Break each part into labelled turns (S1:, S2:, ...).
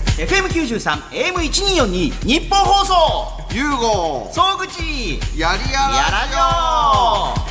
S1: FM93 AM1242 日本放送
S2: ユーゴ
S1: 総口や
S2: やりや
S1: ら
S2: ら
S1: じ
S2: じょ
S1: ょ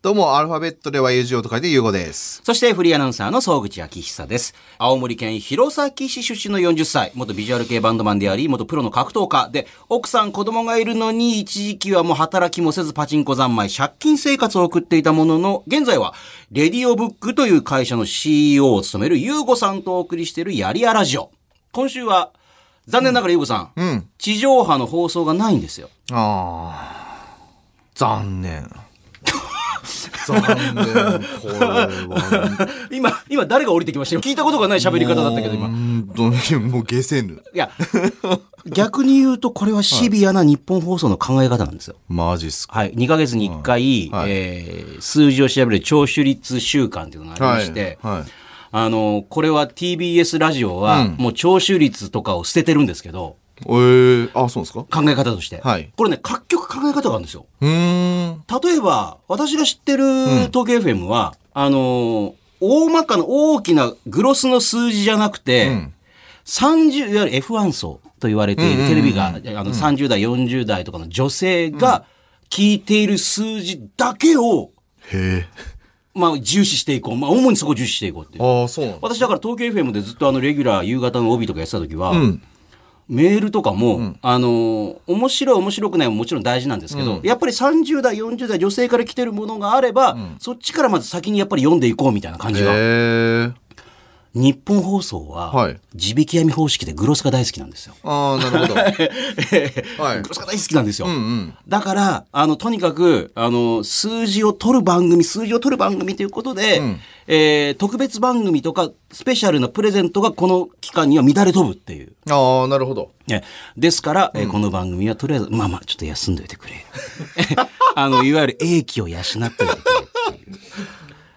S2: どうも、アルファベットでは UGO と書いてユーゴです。
S1: そしてフリーアナウンサーの総口昭久です。青森県弘前市出身の40歳、元ビジュアル系バンドマンであり、元プロの格闘家で、奥さん子供がいるのに一時期はもう働きもせずパチンコ三昧、借金生活を送っていたものの、現在は、レディオブックという会社の CEO を務めるゆうごさんとお送りしているやりやラジオ。今週は、残念ながらゆうごさん,、
S2: うん。
S1: 地上波の放送がないんですよ。
S2: あー、残 念。残念。これは。
S1: 今、今誰が降りてきましたよ聞いたことがない喋り方だったけど、今
S2: う。ーんとねもうゲセぬ。
S1: いや、逆に言うと、これはシビアな日本放送の考え方なんですよ。
S2: マジっすか。
S1: はい。2ヶ月に1回、
S2: はい
S1: えー数字を調べる聴取率週間っていうのがありまして、
S2: はいはい
S1: あの、これは TBS ラジオは、もう聴取率とかを捨ててるんですけど、
S2: えー、あ、そうですか
S1: 考え方として。
S2: はい
S1: これね、各局考え方があるんですよ。
S2: うーん。
S1: 例えば、私が知ってる東京 FM は、あの、大まかな大きなグロスの数字じゃなくて、30、いわゆる F1 層と言われているテレビが、あの30代、40代とかの女性が聞いている数字だけを、
S2: へえ。
S1: まあ、重視していこう。まあ、主にそこを重視していこうっていう。
S2: ああ、そうなんだ。
S1: 私だから東京 FM でずっとあのレギュラー夕方の帯とかやってた時は、メールとかも、あのー面白い面白くないももちろん大事なんですけど、やっぱり30代40代女性から来てるものがあれば、そっちからまず先にやっぱり読んでいこうみたいな感じが、
S2: へえ。
S1: 日本放送は、
S2: はい
S1: 地引き網方式でグロスが大好きなんですよ。
S2: ああ、 なるほど。はい
S1: グロスが大好きなんですよ。
S2: うん。
S1: だから、あの、とにかく、あの、数字を取る番組、数字を取る番組ということで、えー特別番組とか、スペシャルなプレゼントがこの期間には乱れ飛ぶっていう。
S2: ああ、なるほど。
S1: ね、ですから、えーこの番組はとりあえず、まあまあ、ちょっと休んどいてくれ。 あの、いわゆる英気を養っておいてく れっていう。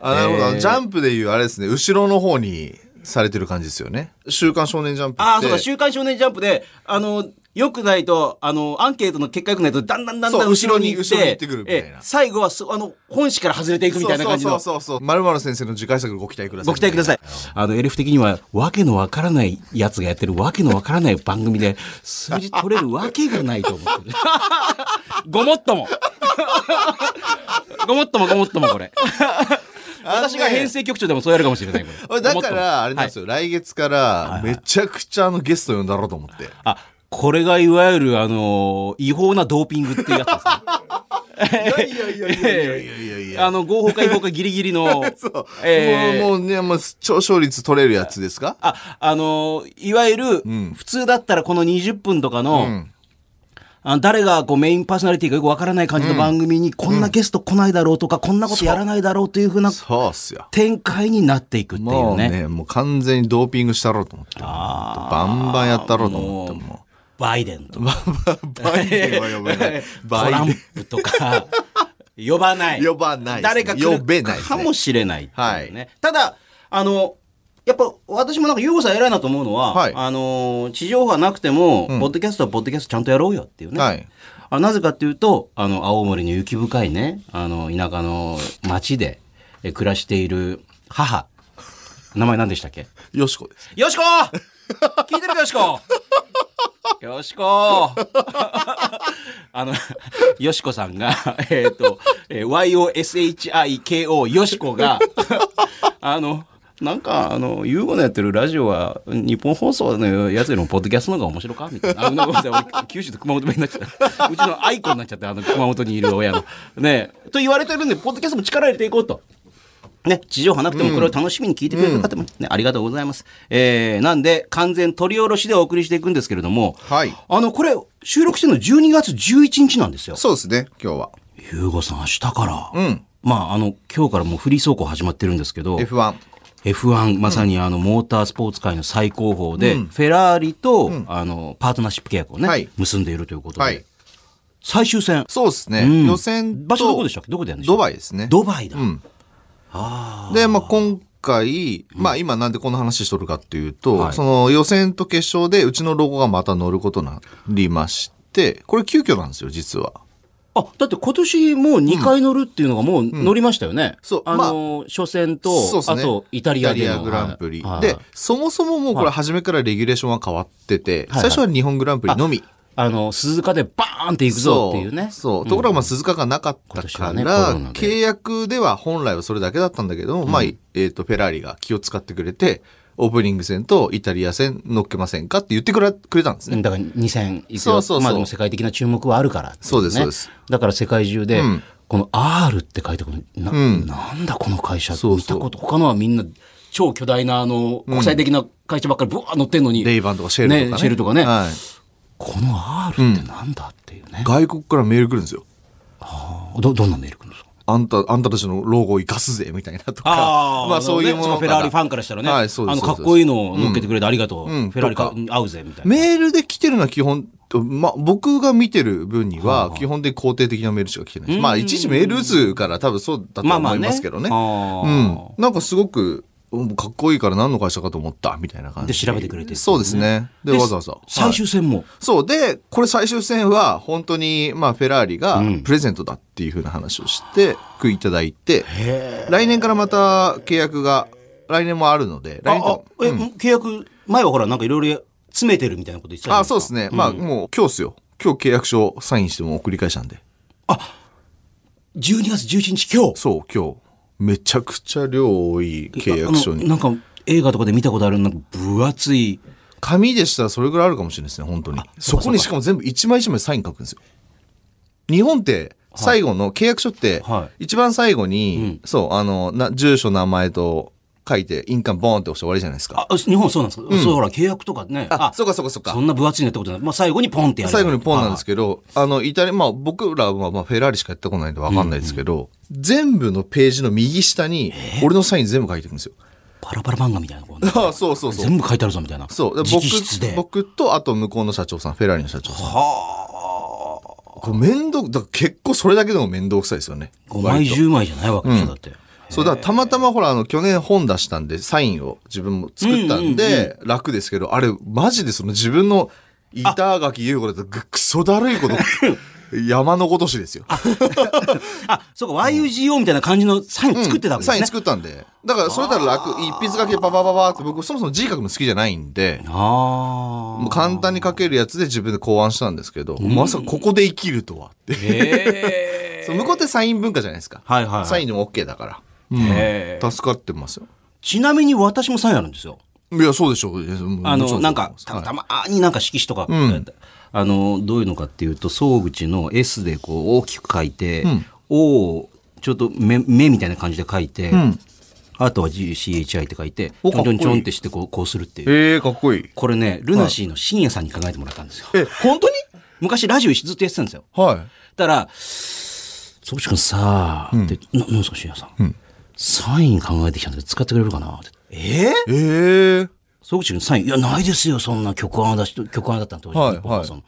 S2: あなるほど、あのジャンプでいうあれですね後ろの方にされてる感じですよね「週刊少年ジャンプ」って
S1: ああ、そうか、週刊少年ジャンプで、あの、良くないと、あの、アンケートの結果良くないと、だんだんだんだん
S2: そう
S1: 後ろに行っ
S2: 後ろに行っててくるみたいな
S1: えー最後はす、あの、本誌から外れていくみたいな感じの。
S2: そうそうそうそうまるまる先生の次回作ご期待ください
S1: ご期待ください。あの、エルフ的には、わけのわからないやつがやってるわけのわからない番組で、数字取れるわけがないと思ってる。 ごもっとも。ごもっともごもっとも、これ。
S2: あのね
S1: 私が編成局長でもそうやるかもしれない、こ れ。
S2: だか
S1: ごもっとも
S2: らあれなんです
S1: はい
S2: よ、来月からめちゃくちゃあのゲスト呼んだろうと思って、
S1: あ、これがいわゆる、あのー違法なドーピングっていうやつですね。
S2: い、やいやいやいやいやいやい や
S1: あの、合法か違法かギリギ リの。
S2: そう、
S1: えー
S2: もうもうねもう超勝率取れるやつですか
S1: あ、あのーいわゆる、普通だったらこの20分とかの、あの誰がこうメインパーソナリティがよくわからない感じの番組に、こんなゲスト来ないだろうとか、こんなことやらないだろうというふうな
S2: そうっすよ
S1: 展開になっていくってい
S2: も
S1: う
S2: う
S1: ね。
S2: ねもう完全にドーピングしたろうと思ってバンバンやったろうと思っても
S1: バイデンと
S2: う
S1: か、
S2: バイデンは呼べない
S1: ト
S2: バイデ
S1: ラ
S2: ン
S1: ンプと か、呼ばない。
S2: 呼ばないです
S1: 誰
S2: ね
S1: か来
S2: 呼べ
S1: る
S2: ないですね
S1: かもしれないっていうね。ただ、あの、やっぱ私もなんか、ゆうごさん偉いなと思うのは、
S2: はい
S1: あの、地上波なくても、ポッドキャストはポッドキャストちゃんとやろうよっていうね。
S2: はい
S1: あなぜかっていうと、あの、青森の雪深いね、あの、田舎の町でえ暮らしている母。名前何でしたっけ
S2: よしこです
S1: よしこ 聞いてるかよしこよしこあの、 よしこさんが、 えっ、と、えー YOSHIKO よしこが、 あの、なんか、あの、ユーゴのやってるラジオは、日本放送のやつよりも、ポッドキャストの方が面白かみたいな。あ、ごめんなさい、俺、九州と熊本弁になっちゃった。うちのアイコンになっちゃった、あの、熊本にいる親の。ねえと言われてるんで、ポッドキャストも力入れていこうと。ね、地上波なくてもこれを楽しみに聞いてくれる方も、ねありがとうございます。えー、なんで、完全取り下ろしでお送りしていくんですけれども、
S2: はい
S1: あの、これ、収録してるの12月11日なんですよ。
S2: そうですね今日は
S1: ゆうごさん、明日から。
S2: うん
S1: まあ、あの、今日からもうフリー走行始まってるんですけど、
S2: F1
S1: F1、まさにあの、モータースポーツ界の最高峰で、フェラーリと、あの、パートナーシップ契約をね、
S2: はい
S1: 結んでいるということで、
S2: はい
S1: 最終戦、
S2: そうですね、
S1: ん
S2: 予選と
S1: 場所どこでしたっけどこでやるんでしたっけ
S2: ドバイですね
S1: ドバイだ。
S2: うんで、まあ、今回、まあ、今なんでこんな話しとるかっていうと、
S1: はい
S2: その予選と決勝でうちのロゴがまた乗ることになりましてこれ急遽なんですよ実は
S1: あ、だって今年もう2回乗るっていうのがもう乗りましたよね。
S2: そう
S1: あの、初戦と、
S2: そうです
S1: あ
S2: ね
S1: とイタ
S2: イ
S1: リ
S2: タ
S1: アで
S2: リ
S1: の
S2: アグランプリ。
S1: はいは
S2: で
S1: い、
S2: そもそももうこれ初めからレギュレーションは変わってて、
S1: はい
S2: 最初は日本グランプリのみ。
S1: あの、鈴鹿でバーンって行くぞっていうね。
S2: そう。ところがまあ鈴鹿がなかったから、
S1: 今年はねコロナで
S2: 契約では本来はそれだけだったんだけども、まあ、えっ、と、フェラーリが気を使ってくれて、オープニング戦とイタリア戦乗っけませんかって言ってくれくれたんですね。
S1: だから2戦いく
S2: そう
S1: よ
S2: そうそう
S1: まあでも世界的な注目はあるからっていね、
S2: そうですそうです
S1: だから世界中で、
S2: うん
S1: この R って書いてこのな,、ん、なんだこの会社
S2: そうそう
S1: 見たこと他のはみんな超巨大なあの国際的な会社ばっかりブワー乗ってんのに、
S2: レイバンとかシェルとかね。
S1: ねシェルとかね
S2: はい
S1: この R ってなんだっていうね、
S2: 外国からメール来るんですよ。
S1: どどんなメール来るんですか
S2: あんた、あんたたちの老後を生かすぜ、みたいなとか。まあそういうもの
S1: フェラーリファンからしたらね、
S2: はい、そうで
S1: あ
S2: す
S1: の
S2: そうで
S1: かっ
S2: す
S1: こいいのを乗っけてくれてありがとう、
S2: うん
S1: フェラーリか
S2: と
S1: 合うぜみたいな。
S2: メールで来てるのは基本、まあ、僕が見てる分には、基本で肯定的なメールしか来てないです。まあ、いちいちメール打つから多分そうだと
S1: まあまあ
S2: 思
S1: ね
S2: いますけどね。
S1: あー
S2: うん。なんかすごく、うんかっこいいから何の会社かと思った、みたいな感じ
S1: で調べてくれてる
S2: そうですね。で、わざわざ。
S1: 最終戦も、
S2: そう。で、これ最終戦は、本当に、まあ、フェラーリがプレゼントだっていうふうな話をして、くいただいて、来年からまた契約が、来年もあるので、来年
S1: あ
S2: と
S1: あえ、契約前はほらなんかいろいろ詰めてるみたいなこと言ってたじゃない
S2: あ、そうですね。まあ、もう今日っすよ。今日契約書サインしても送り返したんで。
S1: 12月11日今日
S2: そう、今日。めちゃくちゃ量多い契約書
S1: あ
S2: に。
S1: のなんか映画とかで見たことあるなんか分厚い
S2: 紙でしたらそれぐらいあるかもしれないですね、本当に。そこにしかも全部一枚一枚サイン書くんですよ。日本って、最後の契約書って
S1: は、
S2: 一番最後に、そう、あの、な住所、名前と書いて、印鑑ボーンって押して終わりじゃないですか。
S1: あ日本そうなんですか、そうほら契約とかね
S2: あ、そうかそうかそうか
S1: そ。んな分厚いのやったことない、まあ、最後にポンってやる
S2: 最後にポンなんです
S1: け
S2: けど、あの、イタリア、まあ僕らはまあフェラーリしかやってこないんでわかんないですけど、全部のページの右下に、俺のサイン全部書いてるんですよ。
S1: パラパラ漫画みたいなこうね
S2: ああ、そうそうそう。
S1: 全部書いてあるぞみたいな
S2: そう。で
S1: 直筆で
S2: 僕、僕と、あと向こうの社長さん、フェラーリの社長さん。はあ。これ面倒、だから結構それだけでも面倒くさいですよね。
S1: 5枚10枚じゃないわけでしょ、だって
S2: そう、だからたまたまほら、あの、去年本出したんで、サインを自分も作ったんで、楽ですけど、あれ、マジでその自分の板垣優子だとぐくそだるい こと、山のごとしですよ。
S1: あそうか YUGO みたいな感じのサインを作ってたわけです
S2: サ
S1: ね、
S2: イン作ったんで。だから、それだったら楽、一筆書きでパパパパって、僕そもそも字書くの好きじゃないんで、
S1: ああ
S2: もう簡単に書けるやつで自分で考案したんですけど、まさかここで生きるとはって。
S1: へえ
S2: そう向こうってサイン文化じゃないですか。
S1: はいはいはい
S2: サインでも OK だから。
S1: へー
S2: 助かってますよ。
S1: ちなみに私もサインあるんですよ
S2: いや、そうでしょう。いやもう
S1: あ
S2: もちろ
S1: の、なんか
S2: そうで、す
S1: たたまになんか色紙とか、あの、どういうのかっていうと、総口の S でこう大きく書いて、O をちょっと目目みたいな感じで書いて、あとは GCHI って書いて、ちょ
S2: お
S1: んちょんち
S2: かっこ
S1: ょ
S2: い
S1: ん
S2: い
S1: ってしてこうこうするっていう。
S2: ええ、かっこいい。
S1: これね、ルナシーの深夜さんに考えてもらったんですよ。
S2: え、本当に
S1: 昔ラジオずっとやってたんですよ。
S2: は
S1: たら、総口くんさ、って、ななんですか深夜さん,、サイン考えてきたんだけど使ってくれるかなって。ええ
S2: い。ええ。
S1: 総口君サイン、いや、ないですよ、そんな曲穴だし、曲穴だったの当時、
S2: はい
S1: 僕はその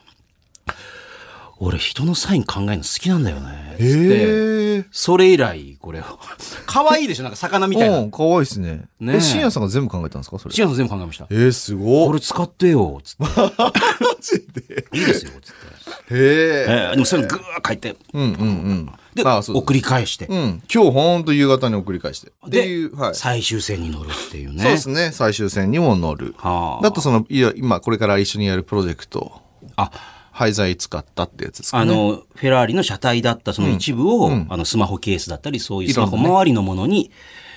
S1: 俺、人のサイン考えるの好きなんだよね。で
S2: ええ。
S1: それ以来、これを。可愛いでしょ、なんか魚みたいな。
S2: うん、かわいいですね。
S1: ねえ
S2: え、深夜さんが全部考えたんですかそれ。
S1: シアさん全部考えました。
S2: ええ、すご
S1: これ使ってよ、つって。
S2: マジで。
S1: いいですよ、つって。
S2: へえ。
S1: えーでもそれをぐーっ書いて、
S2: うんうんうん。
S1: で、
S2: あそうです
S1: 送り返して。
S2: うん。今日ほんと夕方に送り返して。っていう、はい。
S1: 最終戦に乗るっていうね。
S2: そうですね。最終戦にも乗る。
S1: はあ
S2: だとその、いや、今これから一緒にやるプロジェクト、
S1: あ
S2: 廃材使ったってやつですか
S1: あの、フェラーリの車体だったその一部を、あの、スマホケースだったり、そういうスマホ周りのものに、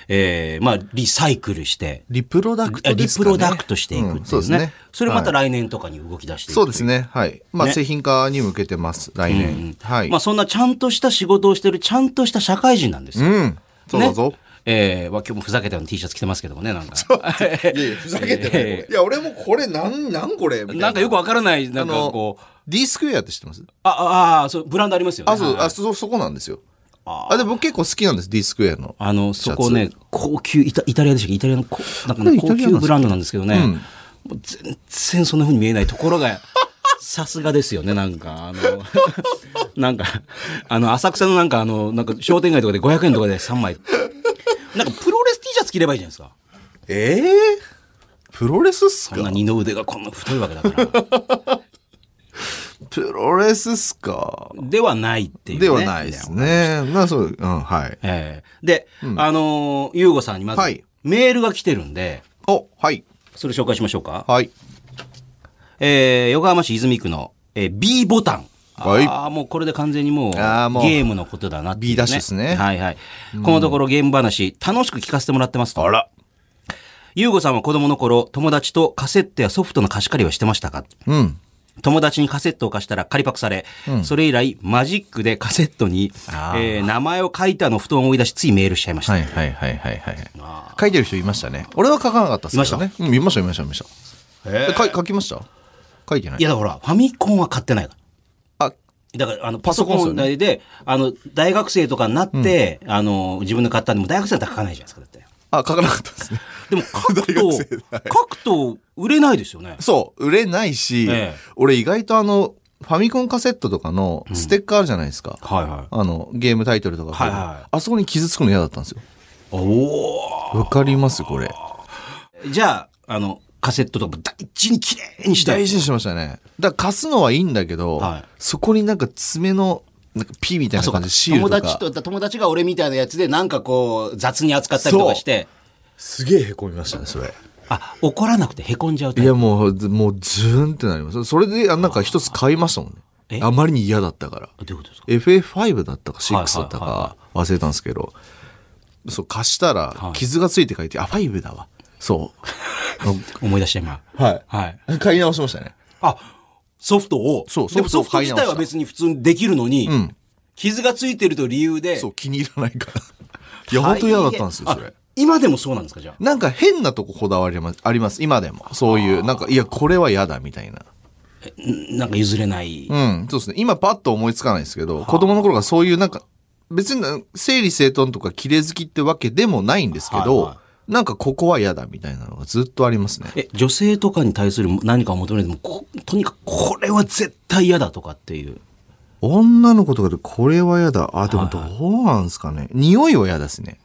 S1: えーまあ、リサイクルして、
S2: リプロダクト
S1: リ
S2: です
S1: プ
S2: かね。
S1: ロダクトしていくっていうね。
S2: うん
S1: そ
S2: そうですね。
S1: れまた
S2: はい
S1: 来年とかに動き出していく
S2: そうですね。はい。まあ、
S1: ね
S2: 製品化に向けてます。来年。はい。
S1: まあそんなちゃんとした仕事をしてる、ちゃんとした社会人なんですよ。
S2: うん。そうだぞ。
S1: えーまあ今日もふざけたような T シャツ着てますけどもね、なんか。
S2: いやいや、ふざけて
S1: え
S2: ない。いや、俺もこれ、なん、なんこれみたい
S1: なんかよくわからない、な
S2: あ
S1: んか
S2: の
S1: こう、、
S2: D スクエアって知ってます
S1: あ、あ、あ、そう、ブランドありますよね。
S2: あ、そう、
S1: はい
S2: あ、そ、そこなんですよ。
S1: あ
S2: あ、でも僕結構好きなんです、D スクエアの。
S1: あの、そこね、高級、イタイタリアでしたっけイタリアのこ、なんかね、
S2: イタリア
S1: 高級
S2: なんですか
S1: ブランドなんですけどね、もう全然そんな風に見えないところ が、さすがですよね、なんか、あの、 なんか、あの、浅草のなんか、あの、なんか商店街とかで500円とかで3枚。なんかプロレス T シャツ着ればいいじゃないですか。
S2: ええプロレスっす
S1: こんな二の腕がこんな太いわけだから。
S2: プロレスっすか。
S1: ではないっていう、ね。
S2: ではないですね。な、そう、うん、はい。
S1: ええで、あのー、ゆうごさんにまず、
S2: はい
S1: メールが来てるんで、
S2: お、はい。
S1: それ紹介しましょうか。
S2: はい。
S1: えー、横浜市泉区の、えー B ボタン。
S2: はい
S1: ああ、もうこれで完全にもう
S2: あーもう
S1: ゲームのことだなっていう、ね。
S2: B ダッシュですね
S1: はいはい。このところゲーム話、楽しく聞かせてもらってますと。あら。ゆうごさんは子供の頃、友達とカセットやソフトの貸し借りはしてましたか
S2: うん。
S1: 友達にカセットを貸したら借りパクされ、それ以来マジックでカセットに、えー名前を書いたのを布団を追い出しついメールしちゃいました。
S2: はいはいはいはいはい。書いてる人いましたね。俺は書かなかったっすけどね。うん、いましたいましたいました。え、書い書きました書いてない
S1: い、やだからファミコンは買ってないから。
S2: あ、
S1: だから、あの、パ
S2: パ
S1: ソ
S2: ソ
S1: コ
S2: コ
S1: ン
S2: ン
S1: で
S2: ですよね
S1: あの、大学生とかになって、あの、自分で買ったんで、もう大学生だったら書かないじゃないですか、だって。
S2: あ、書かなかった ですね。
S1: でも、書く
S2: 大学生
S1: と、書くと売れないですよね。
S2: そう、売れないし、
S1: ええ
S2: 俺意外とあの、ファミコンカセットとかのステッカーあるじゃないですか。
S1: はいはい。
S2: あの、ゲームタイトルとか、
S1: はいはい
S2: あそこに傷つくの嫌だったんですよ。
S1: お
S2: わかりますこれ。
S1: お。じゃあ、あの、カセットとかも大事に綺麗にして。
S2: 大事にしてましたね。だから貸すのはいいんだけど、
S1: はい
S2: そこになんか爪の、なんか P みたい
S1: あ
S2: な
S1: そうか
S2: 感じでシールと
S1: 友
S2: か。
S1: 達と、友達が俺みたいなやつで、なんかこう、雑に扱ったりとかして、
S2: すげえ凹みましたね、それ。
S1: あ、怒らなくて凹んじゃうタイ
S2: い
S1: プ
S2: やもう、ずもうズーンってなります。それで、あなんか一つ買いましたもん
S1: え
S2: ね。あまりに嫌だったから。
S1: どういうことですか
S2: FF5 だったか6だった
S1: はいは
S2: か忘れたんですけど、そう、貸したら
S1: い、
S2: 傷がついて書いて、あ、5だわ。そ
S1: 思い出した今。
S2: う。はい。
S1: はい。
S2: 買い直しましたね。
S1: あ、ソフトを。
S2: そう
S1: でもソ
S2: ソフ
S1: フ
S2: ト
S1: ト
S2: を買い
S1: 自
S2: 直した
S1: 体は別に普通にできるのに、
S2: ん
S1: 傷がついてると理由で。
S2: そう、気に入らないから。いや、本当嫌だったんですよ、それ
S1: あ。。今でもそうなんですか、じゃあ。
S2: なんか変なとここだわりますあります、今でも。そういう、なんか、いや、これは嫌だ、みたいな。
S1: んなんか譲れない。
S2: うん、そうですね。今パッと思いつかないですけど、子供の頃がそういうなんか、別に整理整頓とか綺麗好きってわけでもないんですけど、
S1: はいは
S2: なんかここは嫌だみたいなのがずっとありますね。
S1: え、女性とかに対する何かを求めても、こことにかくこれは絶対嫌だとかっていう。
S2: 女の子とかでこれは嫌だ。あ、でもどうなんですかね。匂いは嫌ですね。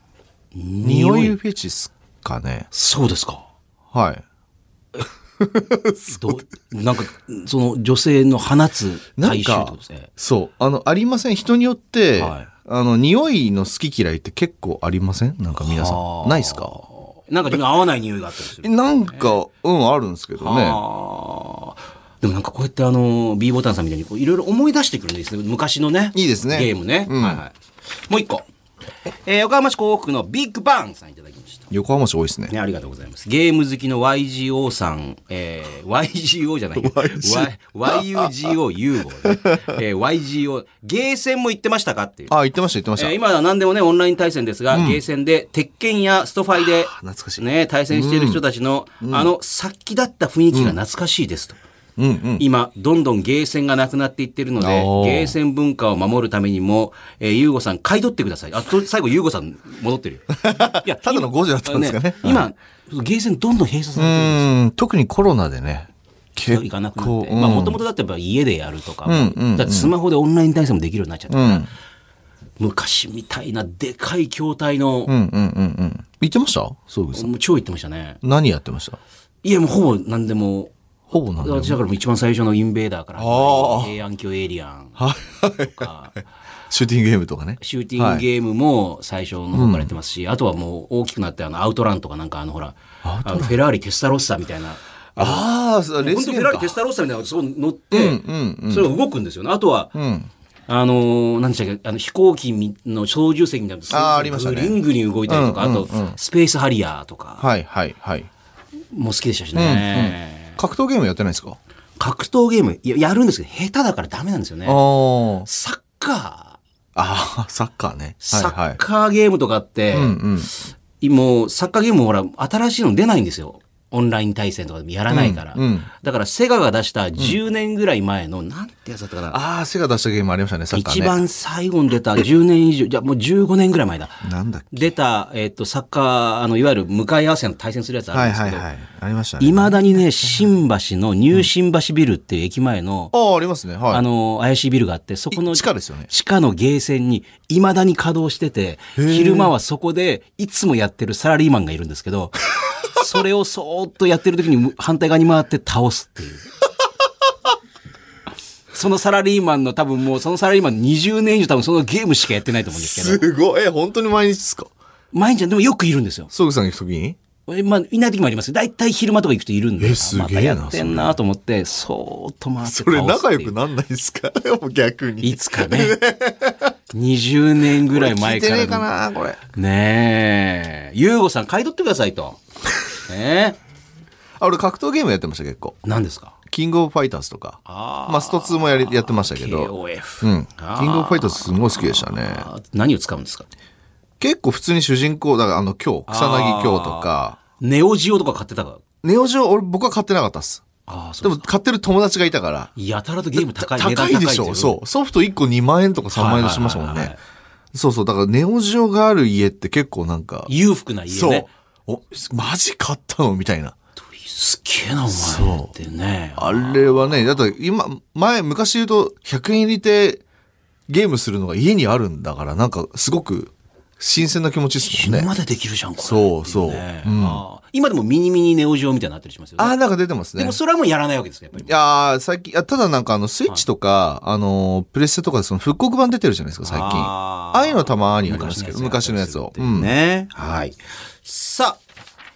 S2: 匂いフェチっすかね。
S1: そうですか。
S2: はい。
S1: どうなんか、その女性の放つ
S2: な
S1: 体臭っ
S2: ん
S1: てこ
S2: か
S1: とですね。
S2: そう。あの、ありません。人によって、
S1: はい
S2: あの、匂いの好き嫌いって結構ありませんなんか皆さ
S1: は
S2: ん。
S1: あ
S2: ないですか
S1: なんか自分合わない匂いがあったりする。
S2: なんか、うん、あるんですけどね。
S1: あーでもなんかこうやってあの B ボタンさんみたいにこういろいろ思い出してくるんですね昔のね
S2: いいですね
S1: ゲームね、
S2: うん
S1: はいはい、もう一個、えー横浜市港北区のビッグバンさんいただきました
S2: 横浜市多いですね。
S1: ね、ありがとうございます。ゲーム好きの YGO さん、えー YGO じゃない
S2: YG
S1: YUGO ユーゴ、ねえー YGO、ゲーセンも行ってましたかっていう。
S2: あ、言ってました、言ってまし
S1: え
S2: た。
S1: ー今は何でもね、オンライン対戦ですが、ゲーセンで、鉄拳やストファイで、
S2: 懐かしい
S1: ね、対戦している人たちの、あの、殺気だった雰囲気が懐かしいですと。
S2: うんうん。
S1: 今、どんどんゲーセンがなくなっていってるので、
S2: おー
S1: ゲーセン文化を守るためにも、えー、ゆうごさん、買い取ってください。あ、と最後、ゆうごさん、戻ってる よ。いや、
S2: ただのゴジラだったんですかね
S1: 今、ゲーセンどんどん閉鎖さ
S2: う
S1: れてる。
S2: ーん、特にコロナでね。結
S1: 行
S2: 構、
S1: かなくなって。
S2: うん
S1: まあ、もともとだってやっぱ家でやるとか、
S2: うんうん
S1: だってスマホでオンライン対戦もできるようになっちゃった。
S2: うん、
S1: 昔みたいなでかい筐体の、
S2: うん、うん、うん、うん。言ってましたそうです。
S1: もう超言ってましたね。
S2: 何やってました
S1: いや、もうほぼ何でも、
S2: ほぼ何でも
S1: 私だからもう一番最初のインベーダーから始まり、平安京エイリアンとか、
S2: シューティングゲームとかね。
S1: シューティングゲームも最初の方からやってますし、あとはもう大きくなって、あの、アウトランとかなんか、あの、ほら、あのフェラーリ・テスタロッサみたいな、
S2: ああ、そうレー
S1: 本
S2: ス
S1: 当
S2: ゲ
S1: フェ
S2: ーム
S1: ラーリ・
S2: か
S1: テ。スタロッサみたいなのがそこに乗って、
S2: うん、うん。
S1: それが動くんですよね。あとは、
S2: ん
S1: あのー、何でしたっけ、あの飛行機みの操縦席みたいなの
S2: あーありましたね
S1: リングに動いたりとか、
S2: うん
S1: あと、スペースハリアーとか
S2: はい、はい、はい。
S1: も好きでしたしね。
S2: 格闘ゲームやってないですか
S1: 格闘ゲームいや、やるんですけど、下手だからダメなんですよね
S2: あ。ー
S1: サッカー、
S2: あー、 サッカーね。
S1: サ
S2: はい、は
S1: ッ
S2: い。
S1: カーゲームとかって、
S2: うん、うん。
S1: もうサッカーゲームもほら、新しいの出ないんですよ。オンライン対戦とかでもやらないから。
S2: うんうん
S1: だから、セガが出した10年ぐらい前の、なんてやつだったかな。
S2: ああ、セガ出したゲームありましたね、サッカーね。
S1: 一。番最後に出た10年以上、じゃあもう15年ぐらい前だ。
S2: なんだっ
S1: 出た、えっ、と、サッカー、あの、いわゆる向かい合わせの対戦するやつ
S2: け
S1: ある
S2: は
S1: ん
S2: い、
S1: ですけど、
S2: はいい、はい。ありましたね。
S1: 未だにね、新橋のニュー新橋ビルっていう駅前の、
S2: ああ、ありますね。はい。
S1: あの、怪しいビルがあって、そこの
S2: い地下ですよね
S1: 地下のゲーセンに、未だに稼働してて、昼間はそこで、いつもやってるサラリーマンがいるんですけ ど、それをそーっとやってる時に反対側に回って倒すっていう。そのサラリーマンの多分もうそのサラリーマン20年以上多分そのゲームしかやってないと思うんですけど。
S2: すごい。え本当に毎日ですか
S1: 毎日でもよくいるんですよ。
S2: ソグさん行くときに
S1: えまあ、いない時もありますよ。大体昼間とか行くといるんで、
S2: え
S1: あ
S2: すげえな
S1: またやってんなと思って、そーっと回って倒すっ
S2: そ
S1: ていう
S2: れ仲良くなんないですかで も逆に。
S1: いつかね。20年ぐらい前からの。
S2: なこれ。
S1: ねえ。ゆうごさん買い取ってくださいと。ね
S2: あ、俺格闘ゲームやってました結構。
S1: え。何ですか
S2: キングオブファイターズとか。
S1: あ
S2: まあ、スト2もやりやってましたけど。う
S1: ?KOF。
S2: ん。
S1: あー
S2: キングオブファイターズすごい好きでしたね。
S1: あ何を使うんですか
S2: 結構普通に主人公、だからあの、今日、草薙今日とか、
S1: ネオジオとか買ってたか
S2: ネオジオ、俺僕は買ってなかったっす。
S1: ああ、そ
S2: で
S1: う。
S2: も買ってる友達がいたから。
S1: やたらとゲーム高い値段
S2: 高いでし
S1: 高
S2: ょ
S1: い
S2: そう。ソフト1個2万円とか3万円しますも
S1: は
S2: ん
S1: いはいはいは。
S2: ねそうそう。だからネオジオがある家って結構なんか、
S1: 裕福な家
S2: そう
S1: ね。。
S2: お、マジ買ったのみたいな。
S1: すっげえな、お前ってね。
S2: あれはね、だって今、前、昔言うと、100円入りでゲームするのが家にあるんだから、なんかすごく新鮮な気持ちですもん
S1: 今
S2: ね。
S1: までできるじゃん、これ。
S2: そうそう。
S1: ねあー今でもミニミニネオジオみたいになってるしますよね。
S2: ああ、なんか出てます
S1: で
S2: ね
S1: も。それはもうやらないわけですか、やっぱり
S2: い。やー最近、あただなんかあの、スイッチとか、あのー、プレステとかでその復刻版出てるじゃないですか、最近。
S1: あ
S2: あ
S1: ー
S2: あいうのたまにありますけど、昔のやつを。うん。
S1: ね。はい。さあ、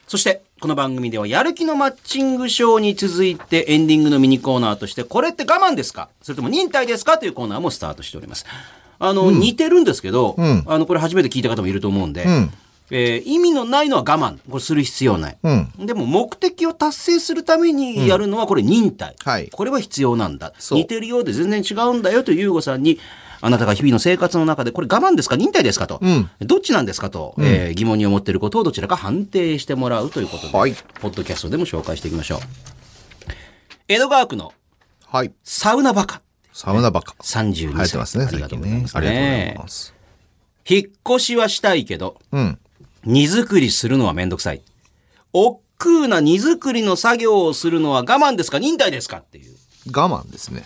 S1: そして、この番組では、やる気のマッチングショーに続いて、エンディングのミニコーナーとして、これって我慢ですかそれとも忍耐ですかというコーナーもスタートしております。あの、似てるんですけど、あの、これ初めて聞いた方もいると思うんで、えー意味のないのは我慢。これする必要ない。
S2: うん
S1: でも、目的を達成するためにやるのは、これ忍耐、
S2: はい
S1: これは必要なんだ。
S2: そう
S1: 似てるようで全然違うんだよというユーゴさんに、あなたが日々の生活の中で、これ我慢ですか忍耐ですかと。どっちなんですかと、えー疑問に思っていることをどちらか判定してもらうということで、
S2: はい
S1: ポッドキャストでも紹介していきましょう。江戸川区の
S2: はい。
S1: サウナバカ。
S2: サウナばっか。
S1: 32歳。
S2: 流行ってますね、
S1: あり
S2: 最
S1: がとう
S2: 近
S1: ござい
S2: ね
S1: ま。す
S2: ありがとうござい
S1: ね。
S2: ます。
S1: 引っ越しはしたいけど、
S2: うん。
S1: 荷造りするのはめんどくさい。億劫な荷造りの作業をするのは我慢ですか忍耐ですかっていう。
S2: 我慢ですね。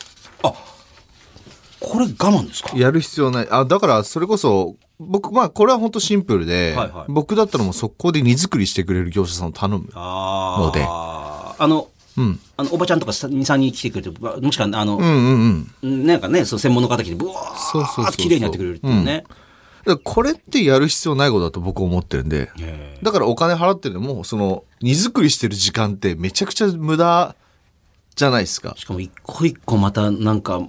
S1: これ我慢ですか
S2: やる必要ない。あ、だから、それこそ、僕、まあ、これは本当シンプルで、
S1: はいはい
S2: 僕だったらもう速攻で荷造りしてくれる業者さんを頼む。
S1: あ
S2: ので
S1: ああの、
S2: うん。
S1: あの、おばちゃんとか2、3人来てくれて、ばもしくは、あの
S2: うん、うんうん。
S1: なんかね、そう専門の方来て、ブワ
S2: そうそ
S1: ー
S2: うそ
S1: ッ
S2: う
S1: と綺麗になってくれるっていうね。
S2: だからこれってやる必要ないことだと僕は思ってるんで、
S1: へ
S2: だからお金払ってるのも、その、荷造りしてる時間ってめちゃくちゃ無駄じゃないですか。
S1: しかも一個一個また、なんか、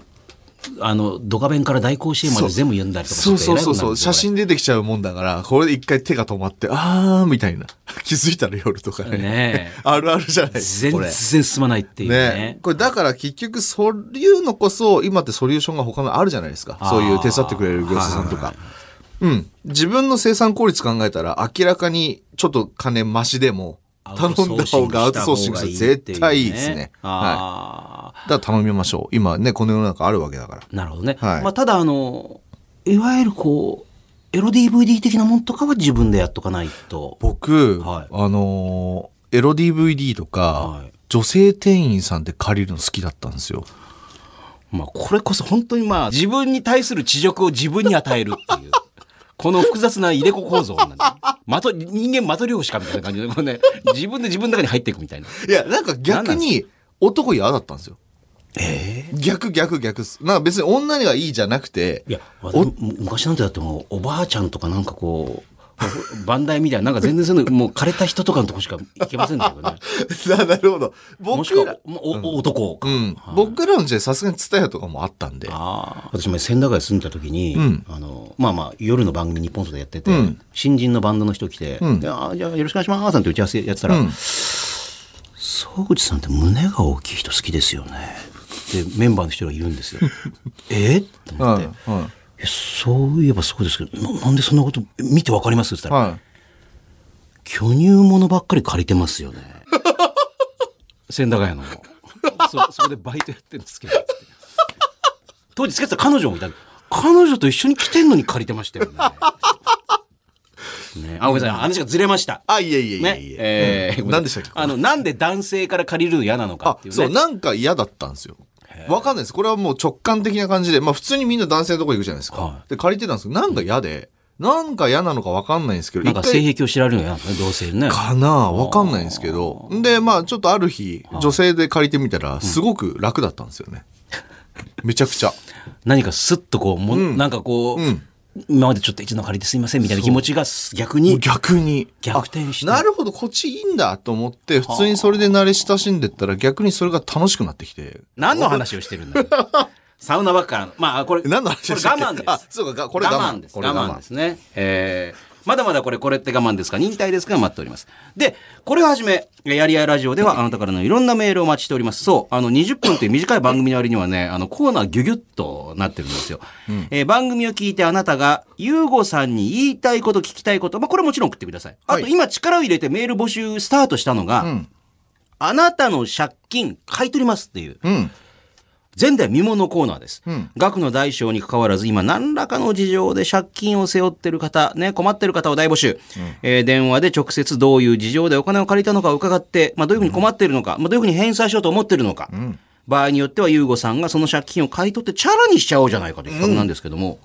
S1: あの、ドカ弁から大甲子園まで全部読んだりとか
S2: そうそうそうそう、写
S1: して
S2: 真出てきちゃうもんだから、これで一回手が止まって、あーみたいな。 気づいたら夜とかね。
S1: ねえ
S2: あるあるじゃないです
S1: 偉
S2: か。
S1: く
S2: こ
S1: なる
S2: れ
S1: んで。すよ全然進まないっていう
S2: ね
S1: ね。
S2: これだから結局そういうのこそ今ってソリューションが他のあるじゃないですか
S1: ー
S2: そういう手伝ってくれる業者さんとか、うん、自分の生産効率考えたら明らかにちょっと金増しでも頼んだ方がアウトソーシングした絶対いいですねは
S1: ああ、
S2: い、だから頼みましょう今ねこの世の中あるわけだから
S1: なるほどね。
S2: はい
S1: まあ、ただ、あの、いわゆるこう、エロ DVD 的なもんとかは自分でやっとかないと。
S2: 僕、
S1: はい
S2: あのーエロ DVD とか、
S1: はい
S2: 女性店員さんで借りるの好きだったんですよ
S1: まあ、これこそ本当にまあ、自分に対する恥辱を自分に与えるっていう。この複雑な入れ子構造なんで。まと、人間まとりょうしかみたいな感じで、こうね、自分で自分の中に入っていくみたいな。
S2: いや、なんか逆に男嫌だったんですよ。逆逆逆っす。なんか別に女にはいいじゃなくて、
S1: いや、私昔なんてだってもう、おばあちゃんとかなんかこう、バンダイみたいな、なんか全然そういうの、もう枯れた人とかのとこしか行けませんけど ね。
S2: ななるほど。
S1: もし
S2: 僕
S1: く
S2: ら
S1: は、、おお男か。
S2: うん、僕らの時代さすがにツタヤとかもあったんで、
S1: ああ。私前千駄ヶ谷住んでた時に、
S2: ん
S1: あの、まあまあ、夜の番組日本とでやってて、
S2: うん
S1: 新人のバンドの人来て、
S2: うん
S1: であーじゃあよろしくお願いしますなんて打ち合わせやってたら、
S2: うん
S1: 総口さんって胸が大きい人好きですよね。で、メンバーの人が言うん ですよ。えーって
S2: うん
S1: 思って、
S2: うん
S1: えそういえばそうですけど、ななんでそんなこと見てわかりますって言ったら、
S2: はい
S1: 巨乳ものばっかり借りてます よね。千駄ヶ谷の。そ、そこでバイトやってるんですけど。当時付き合ってた彼女もいた。彼女と一緒に来てんのに借りてましたよね。 ねあ、ごめんなさい。話がずれました。
S2: あいえいえい
S1: ね
S2: えいえ、
S1: えー
S2: うん何でしたっけ
S1: あの、なんで男性から借りるの嫌なのか
S2: あ
S1: っていうね。
S2: そうなんか嫌だったんですよわかんないですこれはもう直感的な感じでまあ普通にみんな男性のとこ行くじゃないですか、
S1: は
S2: で借りてたんですけどなんか嫌で、なんか嫌なのかわかんないんですけど
S1: なんか
S2: 一回
S1: 性癖を知られるの嫌なのね、同性ね。
S2: かなわかんないんですけど。で、まあちょっとある日、女性で借りてみたら、すごく楽だったんですよね。めちゃく ちゃ。
S1: 何かスッとこう、もなんかこう、
S2: うん
S1: 今までちょっと一度借りてすいませんみたいな気持ちがす逆に
S2: 逆に。
S1: 逆転して
S2: あなるほど、こっちいいんだと思って、普通にそれで慣れ親しんでったら逆にそれが楽しくなってきて。
S1: 何の話をしてるん だろうサウナばっかのまあこれ
S2: 何の話でしたっけ
S1: これ我慢です
S2: あ、そうか、がこれ
S1: 我慢です
S2: こ
S1: 我
S2: れ
S1: 慢
S2: 我慢
S1: ですねえーまだまだこれ、これって我慢ですか忍耐ですか待っております。で、これをはじめ、やりやいラジオではあなたからのいろんなメールをお待ちしております。そう、あの、20分という短い番組の割にはね、あの、コーナーギュギュッとなってるんですよ。えー番組を聞いてあなたが、ゆうごさんに言いたいこと、聞きたいこと、まあ、これもちろん送ってください。あ
S2: はい
S1: と、今力を入れてメール募集スタートしたのが、
S2: ん
S1: あなたの借金買い取りますっていう。
S2: うん。
S1: 前代未聞のコーナーです。
S2: ん
S1: 額の大小に関わらず、今何らかの事情で借金を背負ってる方、ね、困ってる方を大募集。えー電話で直接どういう事情でお金を借りたのかを伺って、まあ、どういうふうに困ってるのか、まあ、どういうふうに返済しようと思ってるのか。場合によっては、ゆうごさんがその借金を買い取ってチャラにしちゃおうじゃないかという企画なんですけども、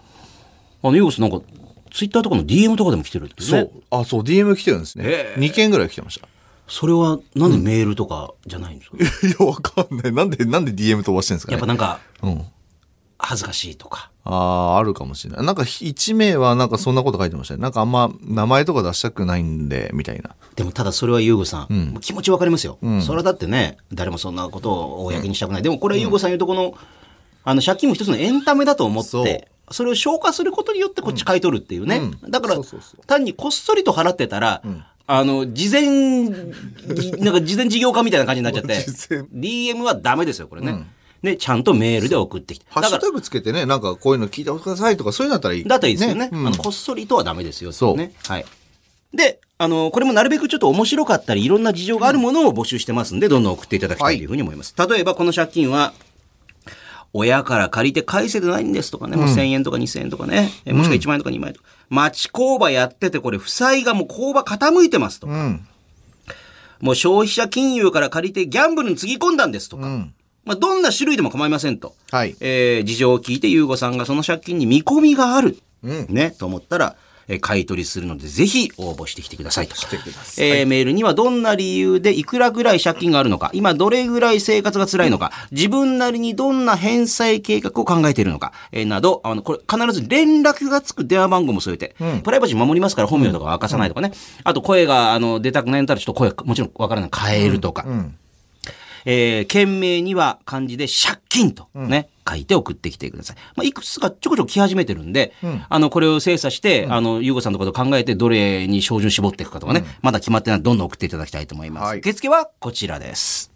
S1: あの、ゆうごさんなんか、ツイッターとかの DM とかでも来てるんです
S2: そ
S1: ね。
S2: う。。あ、そう、DM 来てるんです
S1: え
S2: ね。2件ぐらい来てました。
S1: それは、なんでメールとかじゃないん ですか、
S2: いや、わかんない。なんで、なんで DM 飛ばしてるんですか
S1: やっぱ
S2: ね。
S1: なんか、
S2: うん。
S1: 恥ずかしいとか。
S2: ああ、あるかもしれない。なんか、1名はなんかそんなこと書いてましたね。なんかあんま名前とか出したくないんで、みたいな。
S1: でもただそれは優吾さん、もう気持ちわかりますよ、それはだってね誰もそんなことを公にしたくない、でもこれは優吾さん言うとこの,、あの借金も一つのエンタメだと思って
S2: そ
S1: そうれを消化することによってこっち買い取るっていうね、
S2: うん
S1: だから
S2: そうそうそ
S1: 単にこっそりと払ってたら、あの事前なんか事前事業化みたいな感じになっちゃって
S2: 事前
S1: DM はダメですよこれね、でちゃんとメールで送ってきて
S2: ハッシュタグつけてね、なんかこういうの聞いてくださいとか、そういうのだったらいい。
S1: だったらいいですよね。
S2: う
S1: あ
S2: ん
S1: のこっそりとはダメですよ、
S2: そう
S1: ね。はい。で、あの、これもなるべくちょっと面白かったり、いろんな事情があるものを募集してますんで、どんどん送っていただきたいというふうに思います。例えば、この借金は、親から借りて返せてないんですとかね、もう1000円とか2000円とかね、えもしくは1万円とか2万円とか、町工場やっててこれ、負債がもう工場傾いてますとか、
S2: うん。
S1: もう消費者金融から借りてギャンブルにつぎ込んだんですとか、
S2: うん。
S1: まあ、どんな種類でも構いませんと。
S2: はい。
S1: えー事情を聞いて、ゆうごさんがその借金に見込みがある。
S2: うん
S1: ね、と思ったら、えー買い取りするので、ぜひ応募してきてくださいと。
S2: てくださ
S1: えーメールにはどんな理由でいくらぐらい借金があるのか、今どれぐらい生活が辛いのか、自分なりにどんな返済計画を考えているのか、えーなど、あの、これ必ず連絡がつく電話番号も添えて、プライバシー守りますから本名とかは明かさないとかね、あと声が、あの、出たくないんだったらちょっと声、もちろんわからない変えるとか、えー、件名には漢字で借金とね、書いて送ってきてください。まあ、いくつかちょこちょこ来始めてるんで、あの、これを精査して、あの、ゆうごさんのことを考えて、どれに照準絞っていくかとかね、まだ決まってないのでどんどん送っていただきたいと思います。
S2: はい
S1: 受付はこちらです。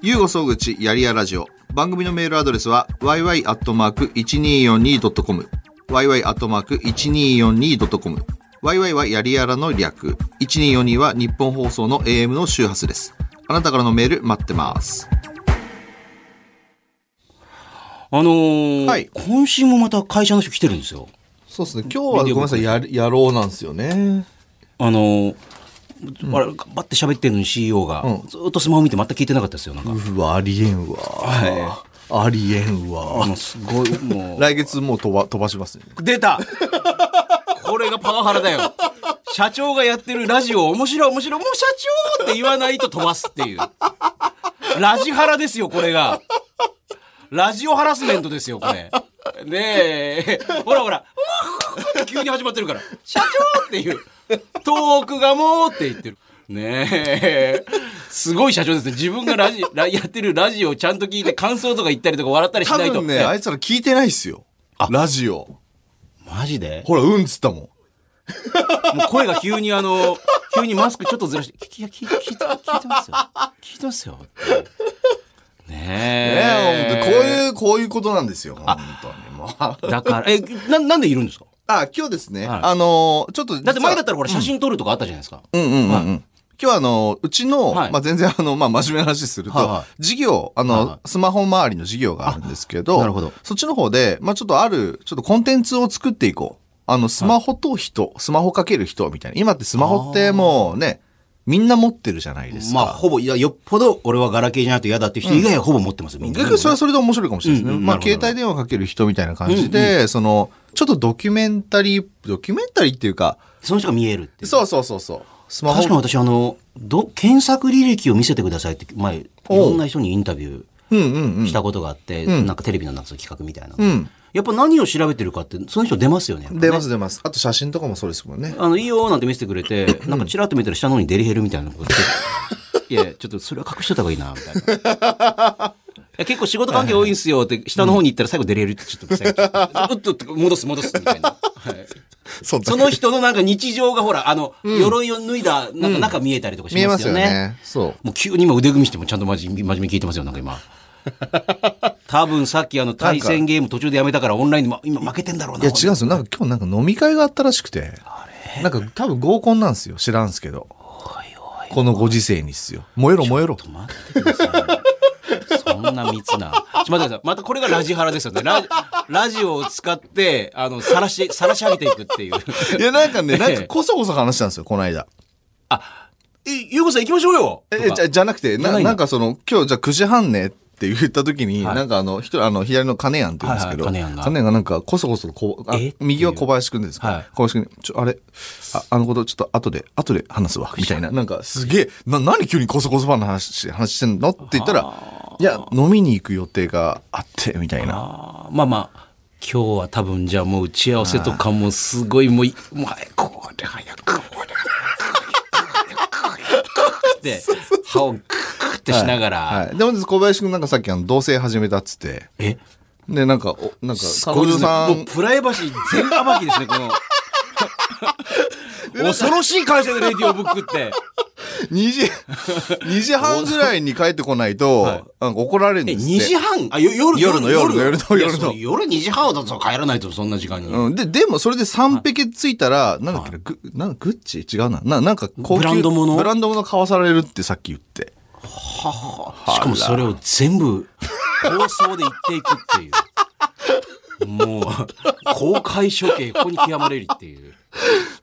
S2: ゆうご総口やりやラジオ。番組のメールアドレスは、yy.1242.com。yy.1242.com。yy はやりやらの略。1242は日本放送の AM の周波数です。あなたからのメール待ってます。
S1: あのー
S2: はい
S1: 今週もまた会社の人来てるんですよ。
S2: そうですね。今
S1: はご
S2: 日
S1: めんなさい
S2: や、やろうなんですよね。
S1: あのーあれ、頑張って喋ってるのに CEO が、
S2: うん
S1: ずーっとスマホ見て全く聞いてなかったですよ、なんか。
S2: うわ、ありえんわ。ありえんわ
S1: あの、すごい、もう。
S2: 来月もう飛ば飛ばしますね。
S1: 出たこれがパワハラだよ。社長がやってるラジオ面白い面白い。もう社長って言わないと飛ばすっていう。ラジハラですよ、これが。ラジオハラスメントですよ、これ。ねえ。ほらほら。うわーって急に始まってるから。社長っていう。トークがもうって言ってる。ねえ。すごい社長ですね。自分がラジ、ラやってるラジオをちゃんと聞いて感想とか言ったりとか笑ったりし
S2: 多
S1: ないと。
S2: 分ね、あいつら聞いてないっすよ。ラジオ。
S1: マジで
S2: ほら、うんっつったもん。
S1: もう声が急にあの、 急にマスクちょっとずらして、聞き、聞い聞いて、聞いてますよ。聞いてますよ。ねえ。
S2: ねえ、ほんとこういう、こういうことなんですよ、本当にもう。あ、
S1: だから、え、な、なんでいるんですか
S2: 今日ですね、
S1: はい
S2: あのー、ちょっと実は、
S1: だって前だった
S2: ら、
S1: らこれ写真撮るとかあったじゃないですか。
S2: うんうんうんうん。今日はあのー、うちの、
S1: はい
S2: まあ、全然あの、まあ、真面目な話すると、
S1: はいは
S2: 事業、あの、
S1: はいは
S2: スマホ周りの事業があるんですけど、
S1: あなるほど
S2: そっちの方で、まあ、ちょっとある、ちょっとコンテンツを作っていこう。あの、スマホと人、スマホかける人みたいな。今ってスマホってもうね、みんな持ってるじゃないですか。
S1: まあ、ほぼ、いや、よっぽど俺はガラケーじゃないと嫌だっていう人以外はほぼ持ってますよ、みんな。
S2: 逆にそれはそれで面白いかもしれないですね。
S1: うんうん
S2: ま
S1: なる
S2: あ、
S1: ほど
S2: 携帯電話かける人みたいな感じで、その、ちょっとドキュメンタリー、ドキュメンタリーっていうか、
S1: その人が見えるっていう。
S2: そうそうそうそう。スマ
S1: 確かに
S2: ホ。
S1: 私、あの、ど、検索履歴を見せてくださいって、前、いろんな人にインタビュー
S2: うんうんうん。
S1: したことがあって、なんかテレビのなんかその企画みたいな、
S2: ん
S1: やっぱ何を調べてるかってその人出ますよねやっぱね
S2: 出ます出ます。あと写真とかもそうですもんね。
S1: あのいいよなんて見せてくれてなんかチラッと見たら下の方にデリヘルみたいなこと いやちょっとそれは隠しといた方がいいなみたいな。いや結構仕事関係多いんすよって下の方に行ったら最後デリヘルってちょっと最後うっとって戻す戻すみたいな。はい
S2: そ
S1: その人のなんか日常がほら、あの、鎧を脱いだ、なんか中見えたりとかし
S2: 見え
S1: ま
S2: ますす
S1: よ
S2: よ
S1: ね。
S2: ね。そう。
S1: もう急に今腕組みしてもちゃんと真面目真面目に聞いてますよ、なんか今。多分さっきあの対戦ゲーム途中でやめたからオンラインで、ま、今負けてんだろう
S2: い
S1: な。
S2: や違うんですよ。なんか今日なんか飲み会があったらしくて。なんか多分合コンなんですよ。知らんすけど。このご時世にっすよ。燃え ろ燃えろ。
S1: ちょっと待ってください。そんな密な。ちょっと待ってください。またこれがラジハラですよね。ララジオを使って、あの、さらし、さらし上げていくっていう。
S2: いやなんかね、なん
S1: え
S2: か
S1: え
S2: こそこそ話したんですよ、この間。
S1: あ、えゆうこさん行きましょうよとか
S2: え、じゃ、じゃなくて、
S1: じゃ
S2: な
S1: ないんだ
S2: なんかその、今日じゃあ9時半ねって言った時に、
S1: はい
S2: なんかあの、一人、あの、左の金やんって言うんですけど、
S1: はいはい金やんが
S2: なんかこそこそこうあ
S1: えっていう
S2: 右は小林くんですか、
S1: はい
S2: 小林くんに、ちょ、あれ、ああのことちょっと後で、後で話すわ、みたいな。なんかすげえ、な、何急にこそこそファンの話し、話してんのって言ったら、いや、飲みに行く予定があって、みたいな。
S1: あーまあまあ今日は多分じゃあもう打ち合わせとかもすごいもういもう早くこれ早くこれって歯をクックってしながら、
S2: はい。でも小林くんなんかさっきあの、同棲始めたっつって、
S1: え
S2: で、なんか、おなんか、
S1: す
S2: 彼
S1: ごいで
S2: 女
S1: すね
S2: さ、
S1: もうんプライバシー全暴きですねこの 恐ろしい会社でレディオブックって
S2: 2時、2時半ぐらいに帰ってこないと、
S1: はい
S2: なんか怒られるん
S1: え
S2: ですって。
S1: 2時半あよ夜
S2: 夜の夜の夜の
S1: いや
S2: 夜の
S1: そう夜2時半だと帰らないとそんな時間に、
S2: うん、で、でもそれで3匹ついたら、なんだっけな、グなんグッチ違うな。な、なんか高級。
S1: ブランド物
S2: ブランド物買わされるってさっき言って。
S1: しかもそれを全部放送で言っていくっていう。もう、公開処刑、ここに極まれりっていう。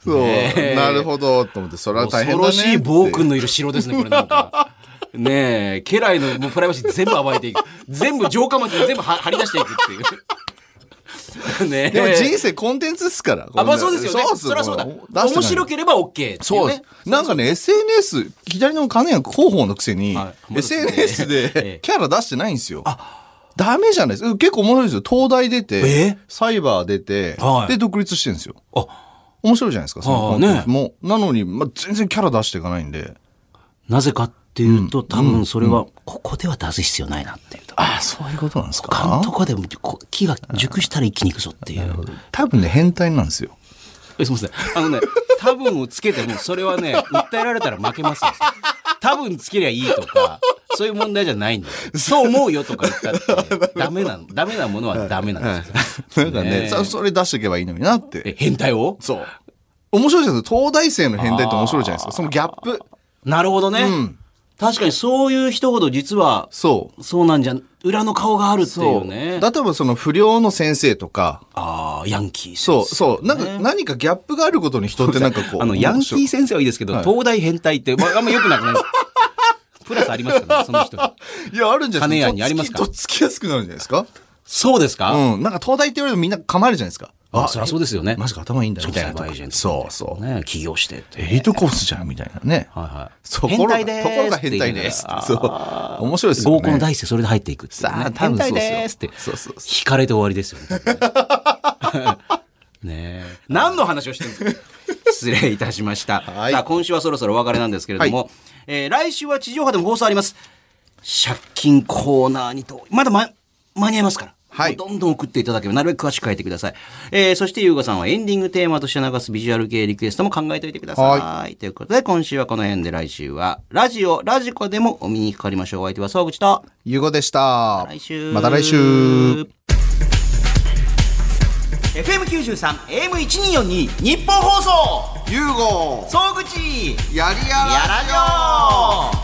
S2: そう。
S1: ねえ
S2: なるほど、と思って、それは大
S1: 恐
S2: 変だね
S1: ろ
S2: って。
S1: しい暴君のいる城ですね、これなん か。ねえ、家来のもうプライバシー全部暴いていく。全部城下町に全部は張り出していくっていう。ねえ。
S2: でも人生コンテンツっすから。
S1: あ、まあそうですよね。
S2: そうっす
S1: そりゃそうだ。
S2: 出して
S1: 面白
S2: ない
S1: ければ OK っていうね。
S2: そうです。なんかね、SNS、左の金谷広報のくせに、
S1: はい
S2: SNS
S1: ええ
S2: でキャラ出してないんですよ。ダメじゃないですか。結構面白いですよ。東大出て
S1: え、
S2: サイバー出て
S1: は、い
S2: で、独立してるんですよ。
S1: あ、
S2: 面白いじゃないですか、その
S1: はあ
S2: コンテンツも。なのに、まあ、全然キャラ出していかないんで。
S1: なぜかっていうと、多分それは、ここでは出す必要ないなっていうと。
S2: ああ、そういうことなんです
S1: 監督はでもこ木が熟したら一気に行くぞっていう。
S2: 多 分ね、変態なんですよ。
S1: えすみません。あのね、多分をつけてもそれは ね、訴えられたら負けますよ。多分つけりゃいいとか、そういう問題じゃないんだよ。 そう思うよとか言ったって、ダメなの、 ダメなものはダメなんですよ。
S2: なんか
S1: ねえ
S2: ね、さそれ出していけばいいのになっ
S1: え、
S2: て。
S1: 変態を
S2: そう。面白いじゃないですか。東大生の変態って面白いじゃないですか。そのギャップ。
S1: なるほどね。確かにそういう人ほど実は、
S2: そう。
S1: そうなんじゃ、裏の顔があるってい
S2: そう
S1: ね。
S2: 例えばその不良の先生とか、
S1: ああ、ヤンキー先生
S2: そう、そう。なんか何かギャップがあることに人ってなんかこ う。
S1: あの、ヤンキー
S2: 面白い
S1: 先生はいいですけど、東大変態って、まあ、あんま良くなくないプラスありますからね、その人に。
S2: いや、あるんじゃないで
S1: 金
S2: すか。
S1: 谷にありますか
S2: とっつきとっつきやすくなるんじゃないですか。
S1: そうですか、
S2: うん。なんか東大って言われてもみんな構えるじゃないですか。
S1: あ、そりゃそうですよね。
S2: マジか頭いいんだよみたいな
S1: サイバーエージェント
S2: そうそう
S1: ね、起業してって。
S2: エリートコースじゃんみたいなね。
S1: はいはい。
S2: ところが
S1: ー
S2: ところが変態です。そう。面白いですよね。
S1: 合コンの第一声それで入っていくっていうね、
S2: さあ多
S1: 変
S2: 分そ
S1: 態
S2: うっすよ
S1: ですって。
S2: そうそうそ
S1: 引かれて終わりですよね。 ねえ。何の話をしてるんですか失礼いたしました。
S2: はい
S1: さあ、今週はそろそろお別れなんですけれども、えー来週は地上波でも放送あります。借金コーナーにと、まだま、間に合いますから。
S2: はい
S1: どんどん送っていただければ、なるべく詳しく書いてください。えーそして、ゆうがさんはエンディングテーマとして流すビジュアル系リクエストも考えておいてください。はい。ということで、今週はこの辺で来週は、ラジオ、ラジコでもお見にかかりましょう。お相手は、総口と、
S2: ゆうごでした。
S1: 来週
S2: また来週。
S1: FM93 AM1242 日本放送
S2: ゆうご
S1: 総口
S2: やりや
S1: やらよ